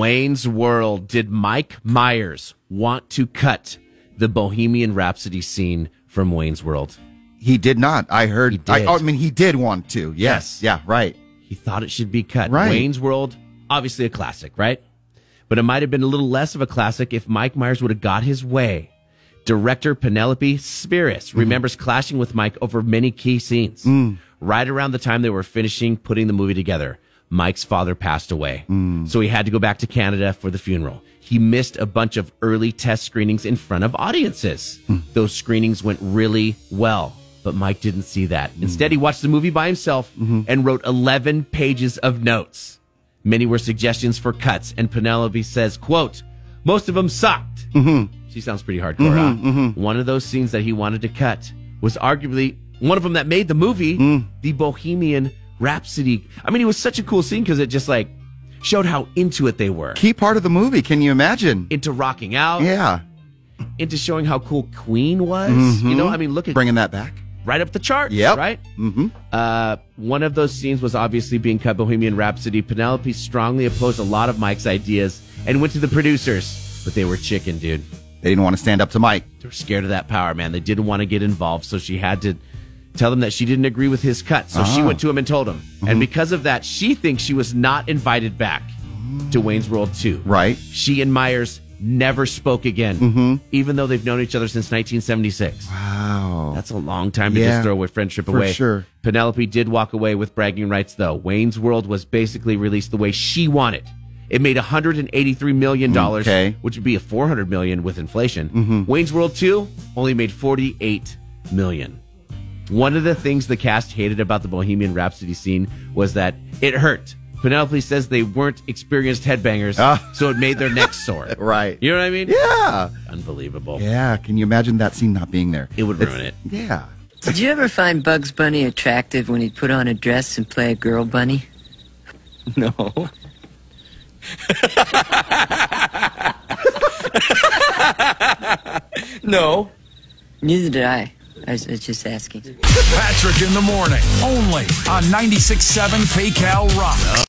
Wayne's World, did Mike Myers want to cut the Bohemian Rhapsody scene from Wayne's World? He did not. I heard. He I, did. oh, I mean, he did want to. Yes. Yes. Yeah. Right. He thought it should be cut. Right. Wayne's World, obviously a classic, right? But it might have been a little less of a classic if Mike Myers would have got his way. Director Penelope Spheris remembers clashing with Mike over many key scenes. Right around the time they were finishing putting the movie together, Mike's father passed away. So he had to go back to Canada for the funeral. He missed a bunch of early test screenings in front of audiences. Those screenings went really well, but Mike didn't see that. Instead, he watched the movie by himself and wrote 11 pages of notes. Many were suggestions for cuts, and Penelope says, quote, most of them sucked. She sounds pretty hardcore, Mm-hmm, huh? One of those scenes that he wanted to cut was arguably one of them that made the movie, Mm. the Bohemian Rhapsody. I mean, it was such a cool scene because it just like showed how into it they were. Key part of the movie. Can you imagine? Into rocking out, yeah. into showing how cool Queen was. You know, I mean, look at Bringing that back. right up the charts, Mm-hmm. Yep. right? Mm-hmm. Uh, one of those scenes was obviously being cut Bohemian Rhapsody. Penelope strongly opposed a lot of Mike's ideas and went to the producers, but they were chicken, dude. They didn't want to stand up to Mike. They were scared of that power, man. They didn't want to get involved, so she had to tell them that she didn't agree with his cut. So she went to him and told him. And because of that, she thinks she was not invited back to Wayne's World 2. Right. She and Myers never spoke again, even though they've known each other since 1976. Wow. That's a long time to Yeah. just throw a friendship For away. sure. Penelope did walk away with bragging rights, though. Wayne's World was basically released the way she wanted. It made 183 million dollars, Okay. Mm-hmm. which would be a 400 million with inflation. Wayne's World 2 only made 48 million. One of the things the cast hated about the Bohemian Rhapsody scene was that it hurt. Penelope says they weren't experienced headbangers, so it made their necks sore. Ah. Right. You know what I mean? Yeah. Unbelievable. Yeah. Can you imagine that scene not being there? It would ruin it. Yeah. Did you ever find Bugs Bunny attractive when he'd put on a dress and play a girl bunny? No. no. Neither did I. I was, I was just asking. Patrick in the morning, only on 96.7 PayCal Rock.